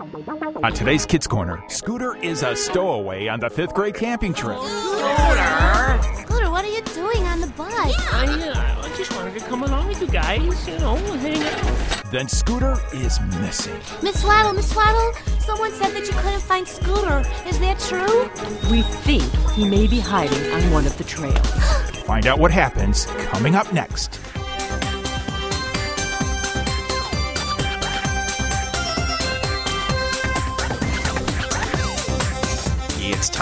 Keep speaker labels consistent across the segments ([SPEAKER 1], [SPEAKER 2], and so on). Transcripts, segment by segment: [SPEAKER 1] On today's Kids Corner, Scooter is a stowaway on the fifth grade camping trip.
[SPEAKER 2] Scooter, what are you doing on the bus?
[SPEAKER 3] I, uh, I just wanted to come along with you guys, you know, hang out.
[SPEAKER 1] Then Scooter is missing.
[SPEAKER 2] Miss Waddle, Miss Waddle, someone said that you couldn't find Scooter. Is that true?
[SPEAKER 4] We think he may be hiding on one of the trails.
[SPEAKER 1] Find out what happens coming up next. It's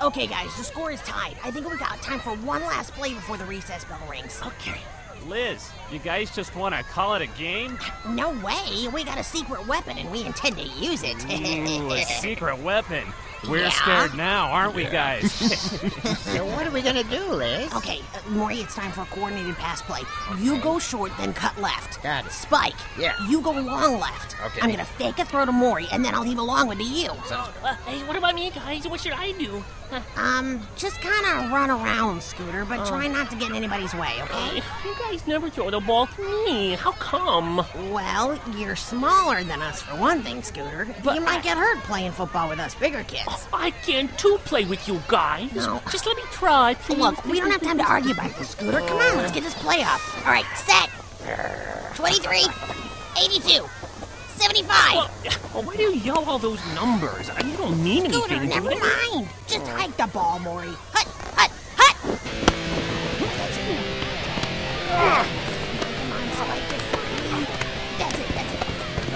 [SPEAKER 5] Okay, guys, the score is tied. I think we got time for one last play before the recess bell rings.
[SPEAKER 3] Okay. Liz, you guys just want to call it a game?
[SPEAKER 5] No way. We got a secret weapon and we intend to use it.
[SPEAKER 3] Ooh, a secret weapon. We're
[SPEAKER 5] Yeah.
[SPEAKER 3] scared now, aren't we, guys?
[SPEAKER 6] So what are we gonna do, Liz?
[SPEAKER 5] okay, uh, Maury, it's time for a coordinated pass play. You go short, then cut left.
[SPEAKER 6] Got it.
[SPEAKER 5] Spike.
[SPEAKER 6] Yeah.
[SPEAKER 5] You go long left.
[SPEAKER 6] Okay.
[SPEAKER 5] I'm gonna fake a throw to Maury, and then I'll leave a long one to you.
[SPEAKER 3] Uh, hey, what about me, guys? What should I do?
[SPEAKER 5] Um, just kind of run around, Scooter,
[SPEAKER 6] Oh.
[SPEAKER 5] but try not to get in anybody's way, okay?
[SPEAKER 3] Oh. You guys never throw the ball to me. How come?
[SPEAKER 5] Well, you're smaller than us for one thing, Scooter.
[SPEAKER 3] But
[SPEAKER 5] you
[SPEAKER 3] I-
[SPEAKER 5] might get hurt playing football with us bigger
[SPEAKER 6] Oh,
[SPEAKER 5] kids.
[SPEAKER 3] I can too play with you guys.
[SPEAKER 5] No.
[SPEAKER 3] Just let me try, please.
[SPEAKER 5] Look, we don't have time to argue about this, Scooter. Come on, let's get this play off. All right, set. 23, 82, 75.
[SPEAKER 3] Well, why do you yell all those numbers? I mean, You don't mean
[SPEAKER 5] Scooter,
[SPEAKER 3] anything,
[SPEAKER 5] never
[SPEAKER 3] do they?
[SPEAKER 5] mind. Just hike the ball, Maury. Hut, hut, hut. Come on, Spike. That's it, that's it.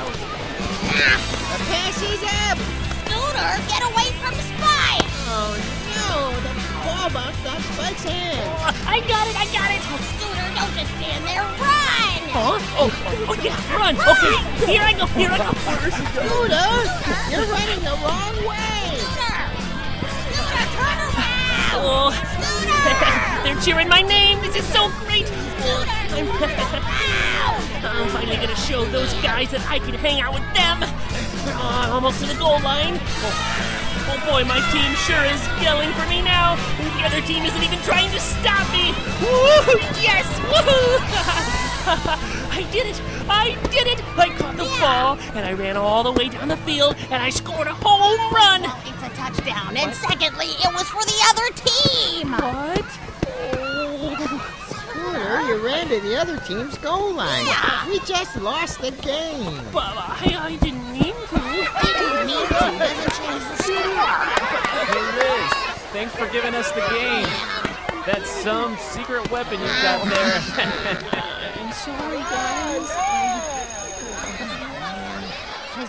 [SPEAKER 7] Oh,
[SPEAKER 6] The pass is up!
[SPEAKER 5] Scooter, get away from the spy!
[SPEAKER 6] Oh no, the ball bounced off Spike's hand.
[SPEAKER 5] Oh, I got it, I got it! Scooter, don't just stand there, run!
[SPEAKER 3] Huh? Oh, oh, oh, yeah, run. Okay, here I go, here I go first.
[SPEAKER 6] Scooter, you're running the wrong way!
[SPEAKER 5] Scooter! Scooter, turn around!
[SPEAKER 3] Oh,
[SPEAKER 5] Scooter!
[SPEAKER 3] they're cheering my name. This is so great.
[SPEAKER 5] Scooter, turn around!
[SPEAKER 3] I'm finally gonna show those guys that I can hang out with them. Oh, I'm almost to the goal line. Oh, oh boy, my team sure is yelling for me now. The other team isn't even trying to stop me. Woo! Yes! Woohoo! I did it! I did it! I caught the ball and I ran all the way down the field and I scored a home run.
[SPEAKER 5] It's a touchdown, and secondly, it was for the other team!
[SPEAKER 3] What? Oh,
[SPEAKER 6] Scooter, you ran to the other team's goal line.
[SPEAKER 5] Yeah.
[SPEAKER 6] We just lost the game.
[SPEAKER 3] Bubba, I, I didn't mean to.
[SPEAKER 5] Didn't mean to, doesn't change the score.
[SPEAKER 8] Liz, thanks for giving us the game. That's some secret weapon you've got there.
[SPEAKER 3] I'm sorry, guys.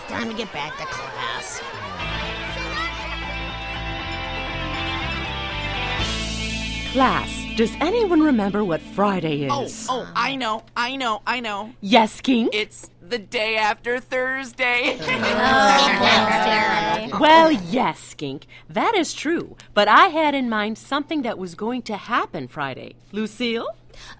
[SPEAKER 5] It's time to get back to class.
[SPEAKER 4] Class, does anyone remember what Friday is?
[SPEAKER 7] Oh, I know, I know, I know.
[SPEAKER 4] Yes, King?
[SPEAKER 7] It's the day after Thursday.
[SPEAKER 4] Well, yes, Skink. That is true. But I had in mind something that was going to happen Friday. Lucille?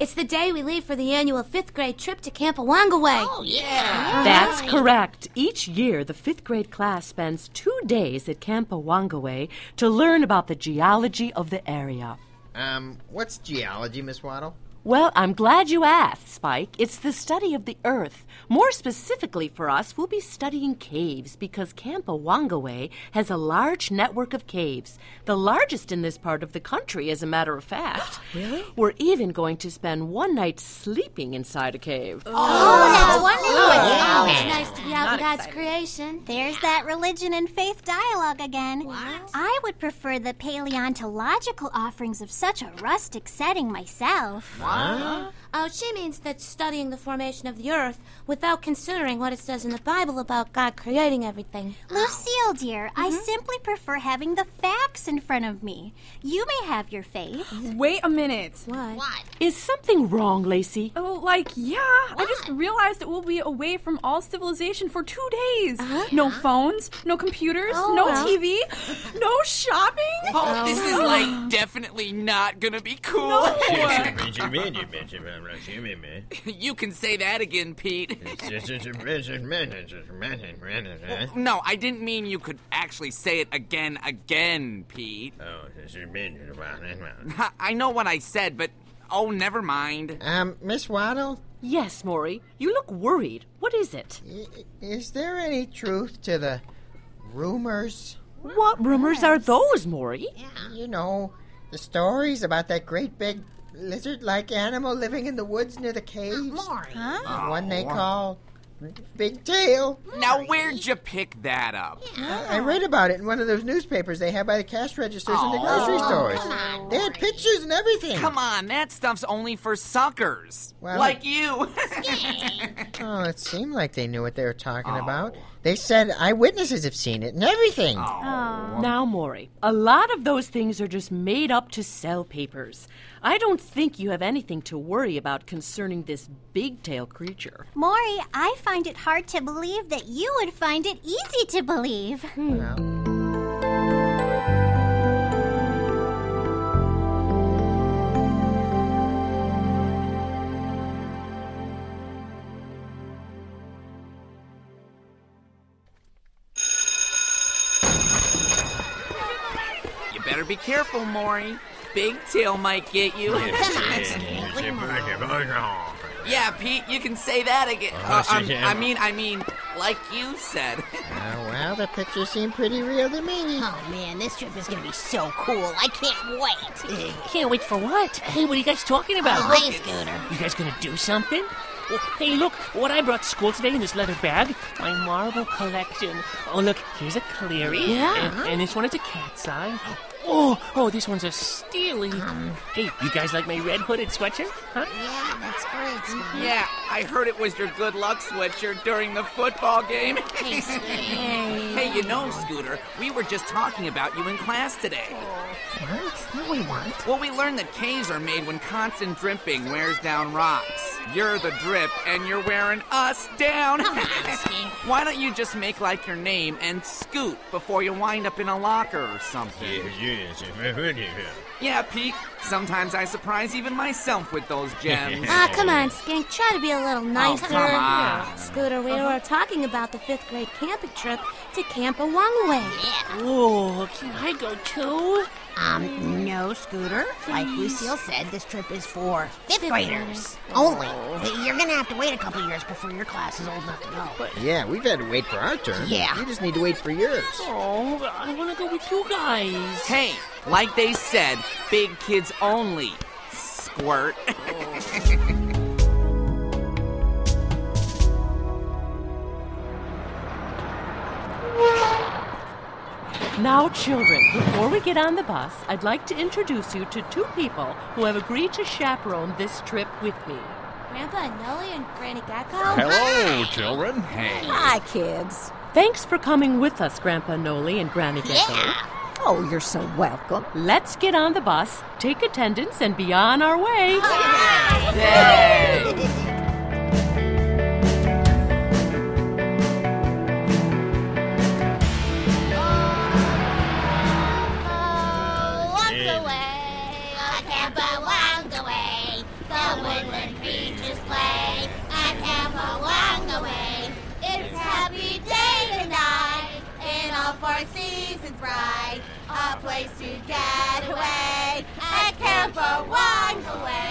[SPEAKER 2] It's the day we leave for the annual fifth grade trip to Campawangaway.
[SPEAKER 5] Oh, yeah!
[SPEAKER 4] That's correct. Each year, the fifth grade class spends two days at Camp Awangaway to learn about the geology of the area.
[SPEAKER 6] Um, what's geology, Miss Waddle?
[SPEAKER 4] Well, I'm glad you asked, Spike. It's the study of the Earth. More specifically for us, we'll be studying caves because Camp Awangaway has a large network of caves, the largest in this part of the country, as a matter of fact. really? We're even going to spend one night sleeping inside a cave.
[SPEAKER 2] Oh, that's wonderful. Oh, It's always nice to be out in God's creation.
[SPEAKER 9] There's that religion and faith dialogue again. I would prefer the paleontological offerings of such a rustic setting myself.
[SPEAKER 2] Oh, she means that studying the formation of the earth without considering what it says in the Bible about God creating everything.
[SPEAKER 9] Lucille, dear, I
[SPEAKER 2] Mm-hmm.
[SPEAKER 9] simply prefer having the facts in front of me. You may have your faith.
[SPEAKER 10] Wait a minute.
[SPEAKER 2] What?
[SPEAKER 4] Is something wrong, Lacey?
[SPEAKER 10] Oh, like, yeah. I just realized that we'll be away from all civilization for two days. No phones, no computers,
[SPEAKER 7] Oh,
[SPEAKER 10] no
[SPEAKER 7] well.
[SPEAKER 10] TV, no shopping.
[SPEAKER 7] Oh, this is like definitely not gonna be cool. you can say that again, Pete.
[SPEAKER 11] Eh?
[SPEAKER 7] No, I didn't mean you could actually say it again, again, Pete. Ha, I know what I said, but oh, never mind.
[SPEAKER 11] Um, Miss Waddle?
[SPEAKER 4] Yes, Maury. You look worried. What is it?
[SPEAKER 11] Is there any truth to the rumors?
[SPEAKER 4] What rumors are those, Maury?
[SPEAKER 11] You know, the stories about that great big lizard like animal living in the woods near the caves. The one they call Big Tail.
[SPEAKER 7] Now, where'd you pick that up?
[SPEAKER 11] I I read about it in one of those newspapers they have by the cash registers in the grocery stores. They had pictures and everything.
[SPEAKER 7] Come on, that stuff's only for suckers.
[SPEAKER 11] Well-
[SPEAKER 7] like you.
[SPEAKER 11] Oh, it seemed like they knew what they were talking about. They said eyewitnesses have seen it and everything.
[SPEAKER 7] Oh.
[SPEAKER 5] Oh.
[SPEAKER 4] Now, Maury, a lot of those things are just made up to sell papers. I don't think you have anything to worry about concerning this bigtail creature.
[SPEAKER 9] Maury, I find it hard to believe that you would find it easy to believe.
[SPEAKER 2] Hmm.
[SPEAKER 7] You better be careful, Maury. Big tail might get you. yeah, Pete, you can say that again.
[SPEAKER 11] Oh,
[SPEAKER 7] Uh, um,
[SPEAKER 11] yeah.
[SPEAKER 7] I mean, I mean, like you said.
[SPEAKER 11] Oh, well, the pictures seem pretty real to me.
[SPEAKER 5] Oh man, this trip is gonna be so cool. I can't wait.
[SPEAKER 3] Can't wait for what? Hey, what are you guys talking about?
[SPEAKER 5] Oh, hey, Scooter.
[SPEAKER 3] You guys gonna do something? Oh, hey, look, what I brought to school today in this leather bag, my marble collection. Oh, look, here's a cleary.
[SPEAKER 5] Yeah.
[SPEAKER 3] And, and this one is a cat's eye. Oh, oh, this one's a steely. hey, you guys like my red hooded sweatshirt? Huh?
[SPEAKER 5] Yeah, that's great. Scooter.
[SPEAKER 7] Yeah, I heard it was your good luck sweatshirt during the football game.
[SPEAKER 5] Hey, Scooter.
[SPEAKER 7] hey, you know, Scooter, we were just talking about you in class today.
[SPEAKER 5] What? No, we weren't.
[SPEAKER 7] Well, we learned that caves are made when constant dripping wears down rocks. You're the drip, and you're wearing us down. Why don't you just make like your name and scoot before you wind up in a locker or something? Yeah, Pete, sometimes I surprise even myself with those gems.
[SPEAKER 2] Ah, come on, Skink. Try to be a little nicer.
[SPEAKER 7] come on.
[SPEAKER 2] Scooter, we were talking about the fifth grade camping trip to Camp Awangway.
[SPEAKER 3] Oh, can I go too?
[SPEAKER 5] Um, no, Scooter. Like Lucille said, this trip is for fifth
[SPEAKER 2] Fifth
[SPEAKER 5] graders
[SPEAKER 2] graders.
[SPEAKER 5] only. You're gonna have to wait a couple years before your class is old enough to go.
[SPEAKER 11] Yeah, we've had to wait for our turn.
[SPEAKER 5] Yeah.
[SPEAKER 11] You just need to wait for yours.
[SPEAKER 3] Oh, I wanna go with you guys.
[SPEAKER 7] Hey, like they said, big kids only. Squirt.
[SPEAKER 3] Oh.
[SPEAKER 4] Now, children, before we get on the bus, I'd like to introduce you to two people who have agreed to chaperone this trip with me.
[SPEAKER 2] Grandpa Nelly and Granny Gecko?
[SPEAKER 12] Hello, children. Hey.
[SPEAKER 13] Hi, kids.
[SPEAKER 4] Thanks for coming with us, Grandpa Noli and Granny Gecko.
[SPEAKER 13] Oh, you're so welcome.
[SPEAKER 4] Let's get on the bus, take attendance, and be on our way.
[SPEAKER 2] Uh, uh,
[SPEAKER 14] Seasons bright, a place to get away, a camper one away.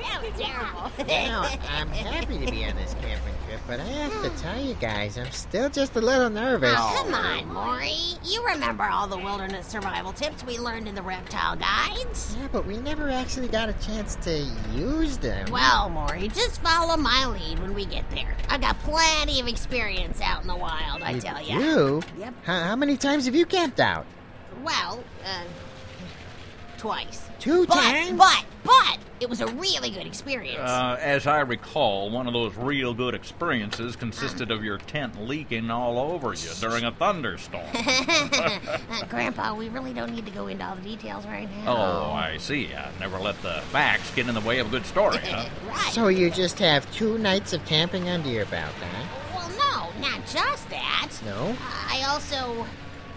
[SPEAKER 5] that was terrible.
[SPEAKER 11] Now, I'm happy to be on this camping trip, but I have to tell you guys, I'm still just a little nervous.
[SPEAKER 5] Oh, come on, Maury. You remember all the wilderness survival tips we learned in the reptile guides?
[SPEAKER 11] Yeah, but we never actually got a chance to use them.
[SPEAKER 5] Well, Maury, just follow my lead when we get there. I've got plenty of experience out in the wild, I
[SPEAKER 11] You
[SPEAKER 5] tell ya.
[SPEAKER 11] do?
[SPEAKER 5] Yep.
[SPEAKER 11] How, how many times have you camped out?
[SPEAKER 5] Well, uh, twice.
[SPEAKER 11] Two
[SPEAKER 5] but,
[SPEAKER 11] times?
[SPEAKER 5] But, but, it was a really good experience.
[SPEAKER 12] Uh, as I recall, one of those real good experiences consisted of your tent leaking all over you during a thunderstorm.
[SPEAKER 5] Uh, Grandpa, we really don't need to go into all the details right now.
[SPEAKER 12] Oh, I see. I never let the facts get in the way of a good story, huh?
[SPEAKER 11] So you just have two nights of camping under your belt, huh?
[SPEAKER 5] Well, no, not just that.
[SPEAKER 11] No?
[SPEAKER 5] I also,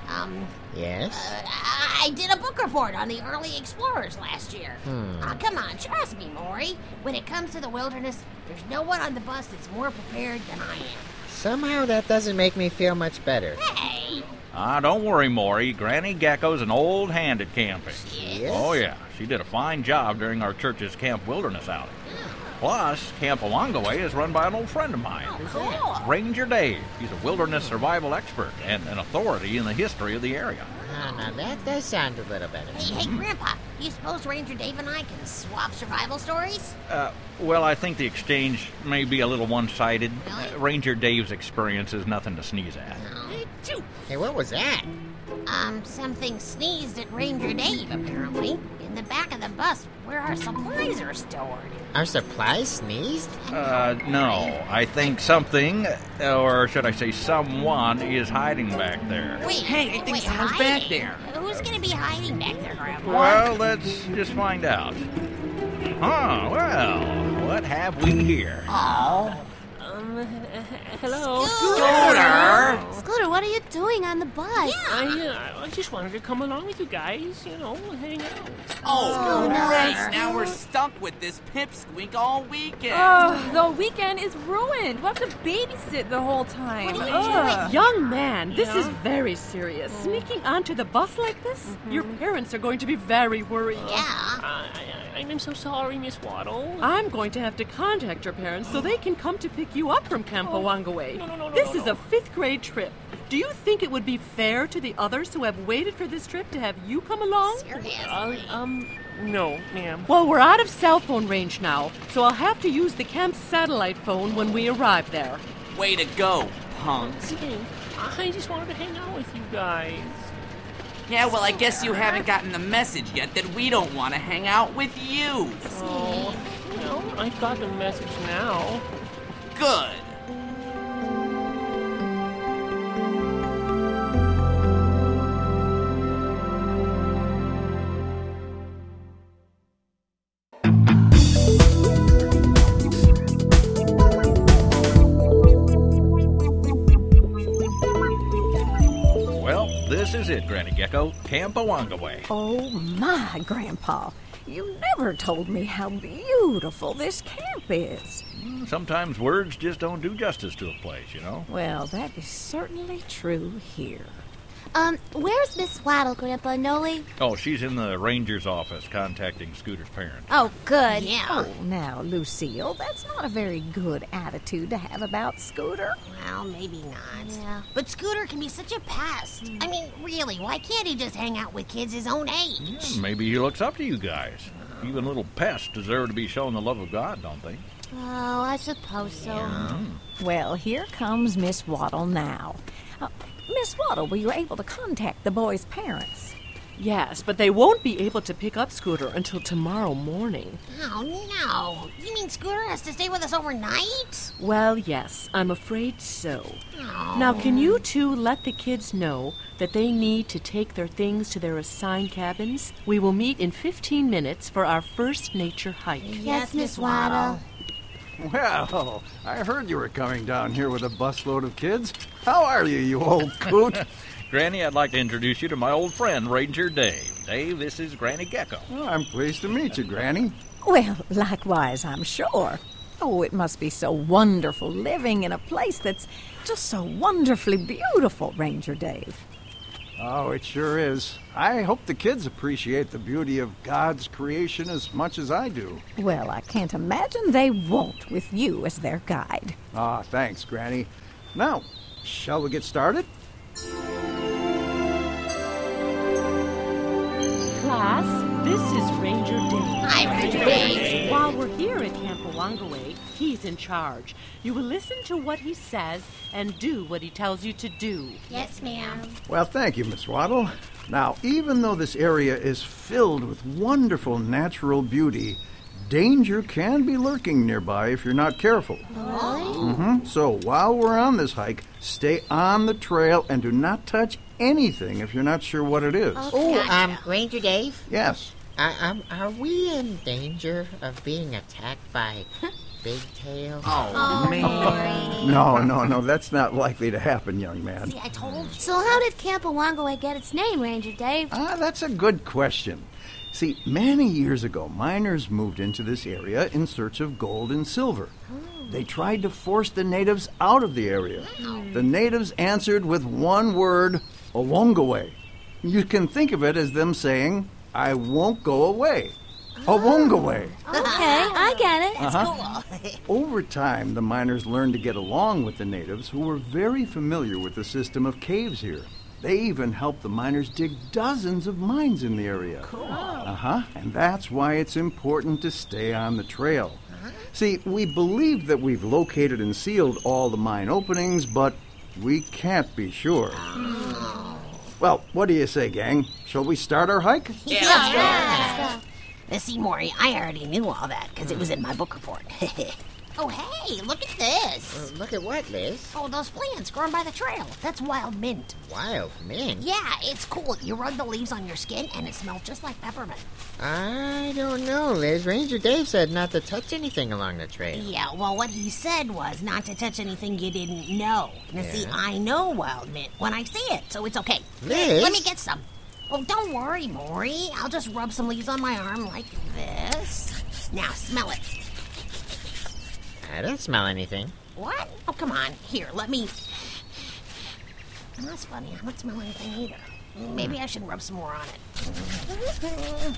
[SPEAKER 5] um,
[SPEAKER 11] Yes?
[SPEAKER 5] I I did a book report on the early explorers last year.
[SPEAKER 11] Hmm.
[SPEAKER 5] Aw, Ah, come on, trust me, Maury. When it comes to the wilderness, there's no one on the bus that's more prepared than I am.
[SPEAKER 11] Somehow that doesn't make me feel much better.
[SPEAKER 5] Hey,
[SPEAKER 12] Ah, don't worry, Maury. Granny Gecko's an old hand at camping.
[SPEAKER 5] She is?
[SPEAKER 12] Oh, yeah. She did a fine job during our church's Camp Wilderness outing. Plus, Camp Alongaway is run by an old friend of mine.
[SPEAKER 11] Oh,
[SPEAKER 12] Ranger Dave. He's a wilderness survival expert and an authority in the history of the area.
[SPEAKER 11] Ah, now that does sound a little better.
[SPEAKER 5] hey, hey, Grandpa, you suppose Ranger Dave and I can swap survival stories?
[SPEAKER 12] Uh, well, I think the exchange may be a little one sided. Ranger Dave's experience is nothing to sneeze at.
[SPEAKER 11] Hey, what was that?
[SPEAKER 5] Um, something sneezed at Ranger Dave, apparently. In the back of the bus where our supplies are stored.
[SPEAKER 11] Our supplies sneezed?
[SPEAKER 12] Uh, no. I think something, or should I say someone, is hiding back there.
[SPEAKER 5] Wait, hey, I think wait, someone's back there. Who's gonna be hiding back there, Grandpa?
[SPEAKER 12] Well, let's just find out. Huh, well, what have we here?
[SPEAKER 5] Oh.
[SPEAKER 3] Um, h- h- hello?
[SPEAKER 12] Scooter!
[SPEAKER 2] Scooter, what are you doing on the bus?
[SPEAKER 3] I, uh, I just wanted to come along with you guys, you know, hang out.
[SPEAKER 7] Oh,
[SPEAKER 3] Scooter.
[SPEAKER 7] Christ, now we're stuck with this pipsqueak all weekend.
[SPEAKER 10] Ugh, the weekend is ruined. We'll have to babysit the whole time. Ugh.
[SPEAKER 4] Young man, this
[SPEAKER 10] Yeah.
[SPEAKER 4] is very serious. Sneaking onto the bus like this? Your parents are going to be very worried.
[SPEAKER 5] Yeah.
[SPEAKER 3] I, I'm so sorry, Miss Waddle.
[SPEAKER 4] I'm going to have to contact your parents so they can come to pick you up from Camp Awangaway.
[SPEAKER 3] Oh, No, no, no, no,
[SPEAKER 4] this
[SPEAKER 3] no,
[SPEAKER 4] is
[SPEAKER 3] no.
[SPEAKER 4] a fifth grade trip. Do you think it would be fair to the others who have waited for this trip to have you come along?
[SPEAKER 3] Uh, um, no, ma'am.
[SPEAKER 4] Well, we're out of cell phone range now, so I'll have to use the camp's satellite phone when we arrive there.
[SPEAKER 7] Way to go, punks.
[SPEAKER 3] Okay, I just wanted to hang out with you guys.
[SPEAKER 7] Yeah, well, I guess you haven't gotten the message yet that we don't want to hang out with you.
[SPEAKER 3] Oh, no, I got the message now.
[SPEAKER 7] Good.
[SPEAKER 12] Well, this is it, Granny Gecko. Camp Awangaway.
[SPEAKER 13] Oh my, Grandpa. You never told me how beautiful this camp is.
[SPEAKER 12] Sometimes words just don't do justice to a place, you know?
[SPEAKER 13] Well, that is certainly true here.
[SPEAKER 2] Um, where's Miss Waddle, Grandpa Noli?
[SPEAKER 12] Oh, she's in the ranger's office contacting Scooter's parents.
[SPEAKER 2] Oh, good. Yeah.
[SPEAKER 13] Oh, now, Lucille, that's not a very good attitude to have about Scooter.
[SPEAKER 5] Well, maybe not. Yeah. But Scooter can be such a pest. I mean, really, why can't he just hang out with kids his own age?
[SPEAKER 12] Hmm, Maybe he looks up to you guys. Even little pests deserve to be shown the love of God, don't they?
[SPEAKER 2] Oh, I suppose so.
[SPEAKER 13] Well, here comes Miss Waddle now. Uh, Miss Waddle, were you able to contact the boy's parents?
[SPEAKER 4] Yes, but they won't be able to pick up Scooter until tomorrow morning.
[SPEAKER 5] Oh, no. You mean Scooter has to stay with us overnight?
[SPEAKER 4] Well, yes, I'm afraid so. Now, can you two let the kids know that they need to take their things to their assigned cabins? We will meet in 15 minutes for our first nature hike.
[SPEAKER 2] Yes, Miss Waddle.
[SPEAKER 15] Well, I heard you were coming down here with a busload of kids. How are you, you old coot?
[SPEAKER 12] Granny, I'd like to introduce you to my old friend, Ranger Dave. Dave, this is Granny Gecko.
[SPEAKER 15] Well, I'm pleased to meet you, Granny.
[SPEAKER 13] Well, likewise, I'm sure. Oh, it must be so wonderful living in a place that's just so wonderfully beautiful, Ranger Dave.
[SPEAKER 15] Oh, it sure is. I hope the kids appreciate the beauty of God's creation as much as I do.
[SPEAKER 13] Well, I can't imagine they won't with you as their guide.
[SPEAKER 15] Ah, thanks, Granny. Now, shall we get started?
[SPEAKER 4] Class, this is Ranger Dave.
[SPEAKER 5] Hi, Ranger Dave.
[SPEAKER 4] While we're here at Camp Awangaway, he's in charge. You will listen to what he says and do what he tells you to do.
[SPEAKER 5] Yes, ma'am.
[SPEAKER 15] Well, thank you, Miss Waddle. Now, even though this area is filled with wonderful natural beauty, danger can be lurking nearby if you're not careful. hmm So while we're on this hike, stay on the trail and do not touch anything if you're not sure what it is.
[SPEAKER 11] Oh, um, Ranger Dave?
[SPEAKER 15] Yes.
[SPEAKER 11] I, um, are we in danger of being attacked by Bigtail?
[SPEAKER 15] Oh, man. No, no, no, that's not likely to happen, young man.
[SPEAKER 2] I told you. So how did Campawangaway get its name, Ranger Dave?
[SPEAKER 15] Ah, that's a good question. See, many years ago, miners moved into this area in search of gold and silver. They tried to force the natives out of the area. The natives answered with one word, Awongaway. You can think of it as them saying, I won't go away. Awongaway.
[SPEAKER 2] Okay, I get it.
[SPEAKER 15] Uh-huh. Over time, the miners learned to get along with the natives who were very familiar with the system of caves here. They even helped the miners dig dozens of mines in the area. Cool. Uh huh. And that's why it's important to stay on the trail. See, we believe that we've located and sealed all the mine openings, but we can't be sure.
[SPEAKER 5] Mm. Oh.
[SPEAKER 15] Well, what do you say, gang? Shall we start our hike?
[SPEAKER 5] Yeah, let's go. Uh, see, Maury, I already knew all that because it was in my book report. oh, hey, look at this.
[SPEAKER 11] look at what, Liz?
[SPEAKER 5] Oh, those plants growing by the trail. That's wild mint.
[SPEAKER 11] Wild man.
[SPEAKER 5] Yeah, it's cool. You rub the leaves on your skin and it smells just like peppermint.
[SPEAKER 11] I don't know, Liz. Ranger Dave said not to touch anything along the trail.
[SPEAKER 5] Yeah, well, what he said was not to touch anything you didn't know. Now, see,
[SPEAKER 11] Yeah.
[SPEAKER 5] I know wild mint when I see it, so it's okay.
[SPEAKER 11] Liz?
[SPEAKER 5] Let me get some. Oh, don't worry, Maury. I'll just rub some leaves on my arm like this. Now, smell it.
[SPEAKER 11] I don't smell anything.
[SPEAKER 5] What? Oh, come on. Here, let me. That's funny. I don't smell anything either. Maybe I should rub some more on it.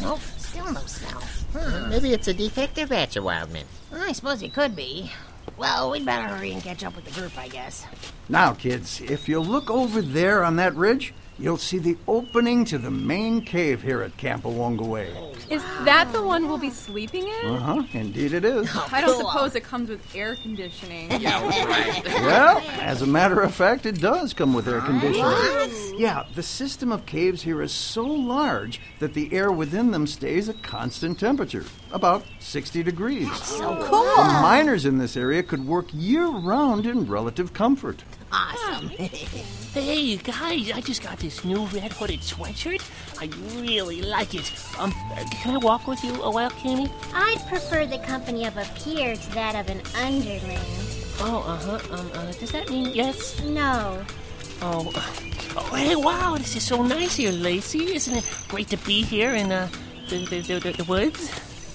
[SPEAKER 5] Nope, still no smell.
[SPEAKER 11] Huh, Maybe it's a defective batch of wild men.
[SPEAKER 5] I suppose it could be. Well, we'd better hurry and catch up with the group, I guess.
[SPEAKER 15] Now, kids, if you look over there on that ridge, you'll see the opening to the main cave here at Campawongaway.
[SPEAKER 10] Is that the one we'll be sleeping in?
[SPEAKER 15] Uh huh, indeed it is.
[SPEAKER 7] Oh,
[SPEAKER 10] I don't suppose it comes with air conditioning.
[SPEAKER 15] Well, as a matter of fact, it does come with air conditioning.
[SPEAKER 10] What?
[SPEAKER 15] Yeah, the system of caves here is so large that the air within them stays at constant temperature, about 60 degrees. so cool. The miners in this area could work year round in relative comfort.
[SPEAKER 5] Awesome.
[SPEAKER 3] hey, you guys, I just got this new red hooded sweatshirt. I really like it. Um, can I walk with you a while, Cammy?
[SPEAKER 16] I'd prefer the company of a peer to that of an underling.
[SPEAKER 3] Oh, uh huh. Um, uh, does that mean yes?
[SPEAKER 16] No.
[SPEAKER 3] Oh, uh, oh, hey, wow, this is so nice here, Lacey. Isn't it great to be here in uh, the, the, the, the, the woods?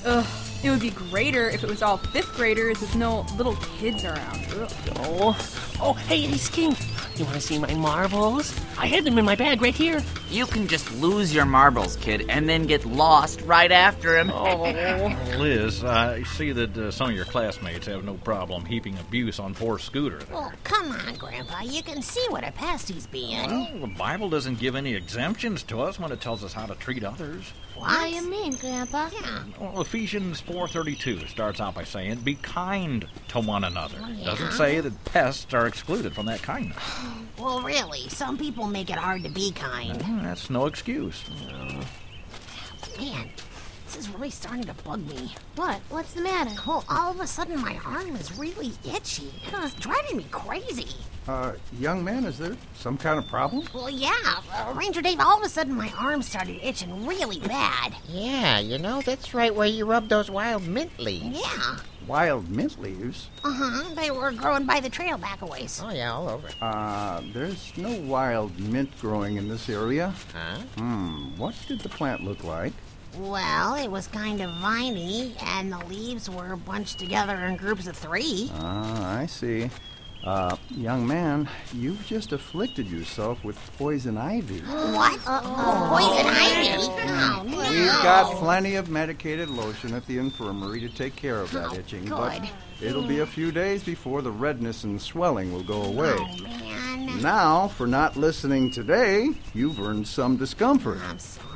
[SPEAKER 10] Ugh, it would be greater if it was all fifth graders with no little kids around. Ugh.
[SPEAKER 3] Oh, oh, hey, hey, King. You want to see my marbles? I had them in my bag right here.
[SPEAKER 7] You can just lose your marbles, kid, and then get lost right after him.
[SPEAKER 12] Oh, Liz, I see that uh, some of your classmates have no problem heaping abuse on poor Scooter.
[SPEAKER 5] Oh, come on, Grandpa. You can see what a pest he's being.
[SPEAKER 12] Well, the Bible doesn't give any exemptions to us when it tells us how to treat others.
[SPEAKER 2] What do you mean, Grandpa?
[SPEAKER 12] Well, Ephesians 4:32 starts out by saying, "Be kind to one another." It doesn't say that pests are excluded from that kindness.
[SPEAKER 5] Well, really, some people make it hard to be kind.
[SPEAKER 11] Mm-hmm.
[SPEAKER 12] Mm, That's no excuse.
[SPEAKER 5] Man, this is really starting to bug me.
[SPEAKER 2] What? What's the matter?
[SPEAKER 5] Oh, all of a sudden my arm is really itchy. It's driving me crazy.
[SPEAKER 15] Uh, young man, is there some kind of problem?
[SPEAKER 5] Well, yeah, uh, Ranger Dave, all of a sudden my arm started itching really bad.
[SPEAKER 11] Yeah, you know, that's right where you rub those wild mint leaves.
[SPEAKER 5] Yeah.
[SPEAKER 15] Wild mint leaves?
[SPEAKER 5] Uh
[SPEAKER 2] Uh-huh.
[SPEAKER 5] huh. They were growing by the trail back a ways.
[SPEAKER 11] Oh, yeah, all over.
[SPEAKER 15] Uh, there's no wild mint growing in this area.
[SPEAKER 11] Huh?
[SPEAKER 15] Hmm, what did the plant look like?
[SPEAKER 5] Well, it was kind of viney, and the leaves were bunched together in groups of
[SPEAKER 11] Oh.
[SPEAKER 5] three.
[SPEAKER 15] Ah, I see. Uh, young man, you've just afflicted yourself with poison ivy. Hmm,
[SPEAKER 5] What? Oh, poison ivy? Oh, no.
[SPEAKER 15] We've got plenty of medicated lotion at the infirmary to take care of that itching,
[SPEAKER 5] Oh, good.
[SPEAKER 15] but it'll be a few days before the redness and swelling will go away.
[SPEAKER 5] Oh, Man.
[SPEAKER 15] Now, for not listening today, you've earned some discomfort.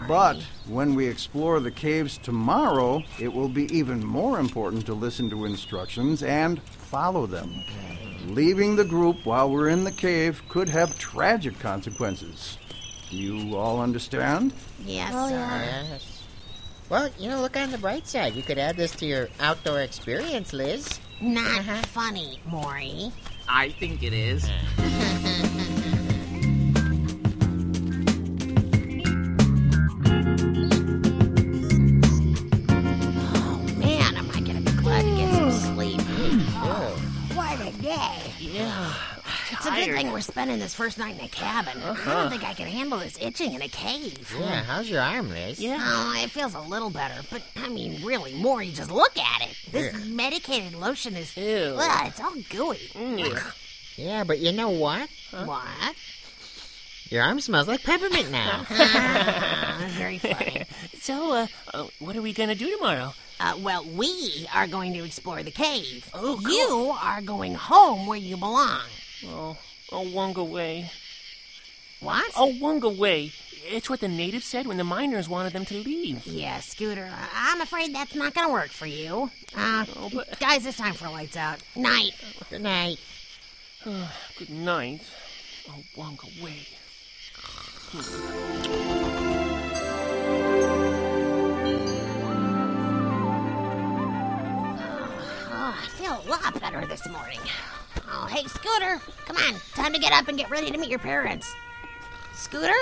[SPEAKER 15] But when we explore the caves tomorrow, it will be even more important to listen to instructions and follow them. Leaving the group while we're in the cave could have tragic consequences. Do you all understand?
[SPEAKER 5] Yes,
[SPEAKER 11] Oh,
[SPEAKER 5] sir.
[SPEAKER 11] yeah. Well, you know, look on the bright side. You could add this to your outdoor experience, Liz.
[SPEAKER 5] Not funny, Maury. Oh,
[SPEAKER 7] I think it is.
[SPEAKER 5] Man, am I gonna be glad to get some sleep. Oh,
[SPEAKER 14] What a day.
[SPEAKER 5] Yeah. It's a good
[SPEAKER 14] Tired.
[SPEAKER 5] thing we're spending this first night in a cabin. I
[SPEAKER 11] Uh-huh.
[SPEAKER 5] don't think I can handle this itching in a cave.
[SPEAKER 11] Yeah, how's your arm, Liz?
[SPEAKER 5] Yeah.
[SPEAKER 2] Oh,
[SPEAKER 5] it feels a little better, but I mean, really, Maury, just look at it. This
[SPEAKER 11] Yeah.
[SPEAKER 5] medicated lotion is. Ew. Ugh, it's all gooey.
[SPEAKER 11] Yeah, but you know what?
[SPEAKER 5] What?
[SPEAKER 11] Your arm smells like peppermint now.
[SPEAKER 5] Very funny.
[SPEAKER 3] so, uh, uh, what are we gonna do tomorrow?
[SPEAKER 5] Uh, well, we are going to explore the cave. Oh, You are going home where you belong.
[SPEAKER 3] Oh, oh, Wonga Way.
[SPEAKER 5] What?
[SPEAKER 3] Oh, Wonga Way. It's what the natives said when the miners wanted them to leave.
[SPEAKER 5] Yeah, Scooter, I- I'm afraid that's not going to work for you. Uh,
[SPEAKER 3] Oh,
[SPEAKER 5] guys, it's time for lights out. Night.
[SPEAKER 11] Good night.
[SPEAKER 3] Uh, Good night. Oh, Wonga Way.
[SPEAKER 5] Oh, I feel a lot better this morning. Oh, hey, Scooter, come on. Time to get up and get ready to meet your parents. Scooter?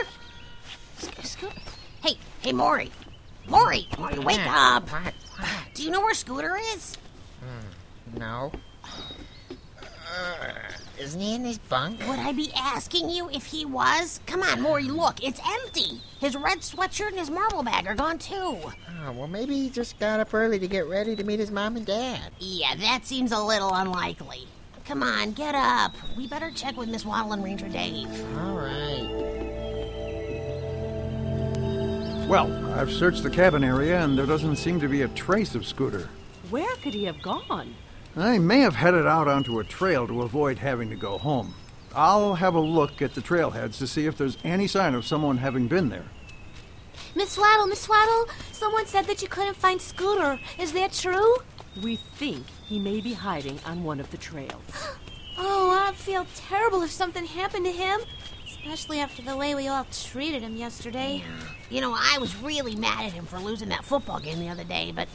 [SPEAKER 5] Sc- Scooter? Hey, hey, Maury. Maury, Maury, wake
[SPEAKER 11] Yeah,
[SPEAKER 5] up. Do you know where Scooter is?
[SPEAKER 11] Hmm, No. Uh, isn't he in his bunk?
[SPEAKER 5] Would I be asking you if he was? Come on, Maury, look. It's empty. His red sweatshirt and his marble bag are gone, too.
[SPEAKER 11] Oh, well, maybe he just got up early to get ready to meet his mom and dad.
[SPEAKER 5] Yeah, that seems a little unlikely. Come on, get up. We better check with Miss Waddle and Ranger Dave.
[SPEAKER 11] All right.
[SPEAKER 15] Well, I've searched the cabin area and there doesn't seem to be a trace of Scooter.
[SPEAKER 4] Where could he have gone?
[SPEAKER 15] I may have headed out onto a trail to avoid having to go home. I'll have a look at the trailheads to see if there's any sign of someone having been there.
[SPEAKER 2] Miss Waddle, Miss Waddle, someone said that you couldn't find Scooter. Is that true?
[SPEAKER 4] We think he may be hiding on one of the trails.
[SPEAKER 2] Oh, I'd feel terrible if something happened to him. Especially after the way we all treated him yesterday.
[SPEAKER 5] You know, I was really mad at him for losing that football game the other day, but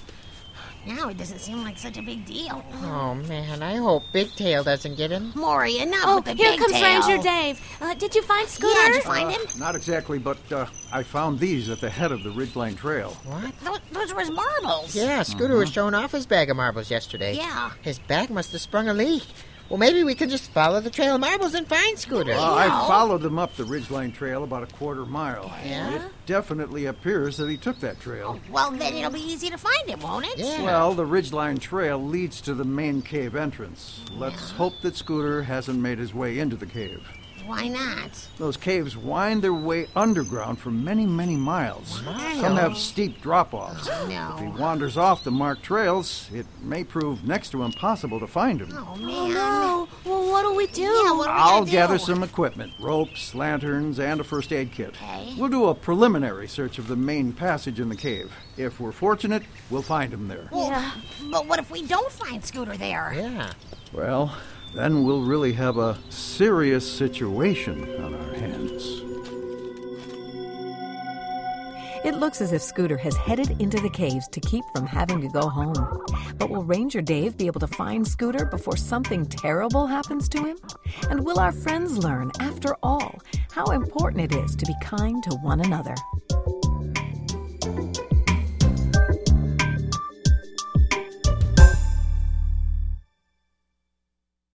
[SPEAKER 5] now it doesn't seem like such a big deal.
[SPEAKER 11] Oh, man, I hope Bigtail doesn't get him.
[SPEAKER 5] Maury, enough
[SPEAKER 2] Oh,
[SPEAKER 5] with the
[SPEAKER 2] here
[SPEAKER 5] big
[SPEAKER 2] comes
[SPEAKER 5] tail.
[SPEAKER 2] Ranger Dave. Uh, did you find Scooter?
[SPEAKER 5] Yeah, did you find him?
[SPEAKER 15] Not exactly, but uh, I found these at the head of the Ridgeline Trail.
[SPEAKER 11] What?
[SPEAKER 5] Those, those were his marbles.
[SPEAKER 11] Yeah, Scooter
[SPEAKER 5] Uh-huh.
[SPEAKER 11] was showing off his bag of marbles yesterday.
[SPEAKER 5] Yeah.
[SPEAKER 11] His bag must have sprung a leak. Well, maybe we can just follow the trail of marbles and find Scooter.
[SPEAKER 15] Well, I followed them up the Ridgeline Trail about a quarter mile.
[SPEAKER 11] Yeah?
[SPEAKER 15] It definitely appears that he took that trail.
[SPEAKER 5] Well, then it'll be easy to find him, won't
[SPEAKER 11] Oh,
[SPEAKER 5] it?
[SPEAKER 15] Well, the Ridgeline Trail leads to the main cave entrance. Let's hope that Scooter hasn't made his way into the cave.
[SPEAKER 5] Why not?
[SPEAKER 15] Those caves wind their way underground for many, many miles. Some have steep drop offs. If he
[SPEAKER 5] No.
[SPEAKER 15] wanders off the marked trails, it may prove next to impossible to find him.
[SPEAKER 5] Oh,
[SPEAKER 2] no. Well, what do we do?
[SPEAKER 15] I'll gather some equipment ropes, lanterns, and a first aid kit. We'll do a preliminary search of the main passage in the cave. If we're fortunate, we'll find him there.
[SPEAKER 5] Well, But what if we don't find Scooter there?
[SPEAKER 11] Yeah.
[SPEAKER 15] Well, then we'll really have a serious situation on our hands.
[SPEAKER 17] It looks as if Scooter has headed into the caves to keep from having to go home. But will Ranger Dave be able to find Scooter before something terrible happens to him? And will our friends learn, after all, how important it is to be kind to one another?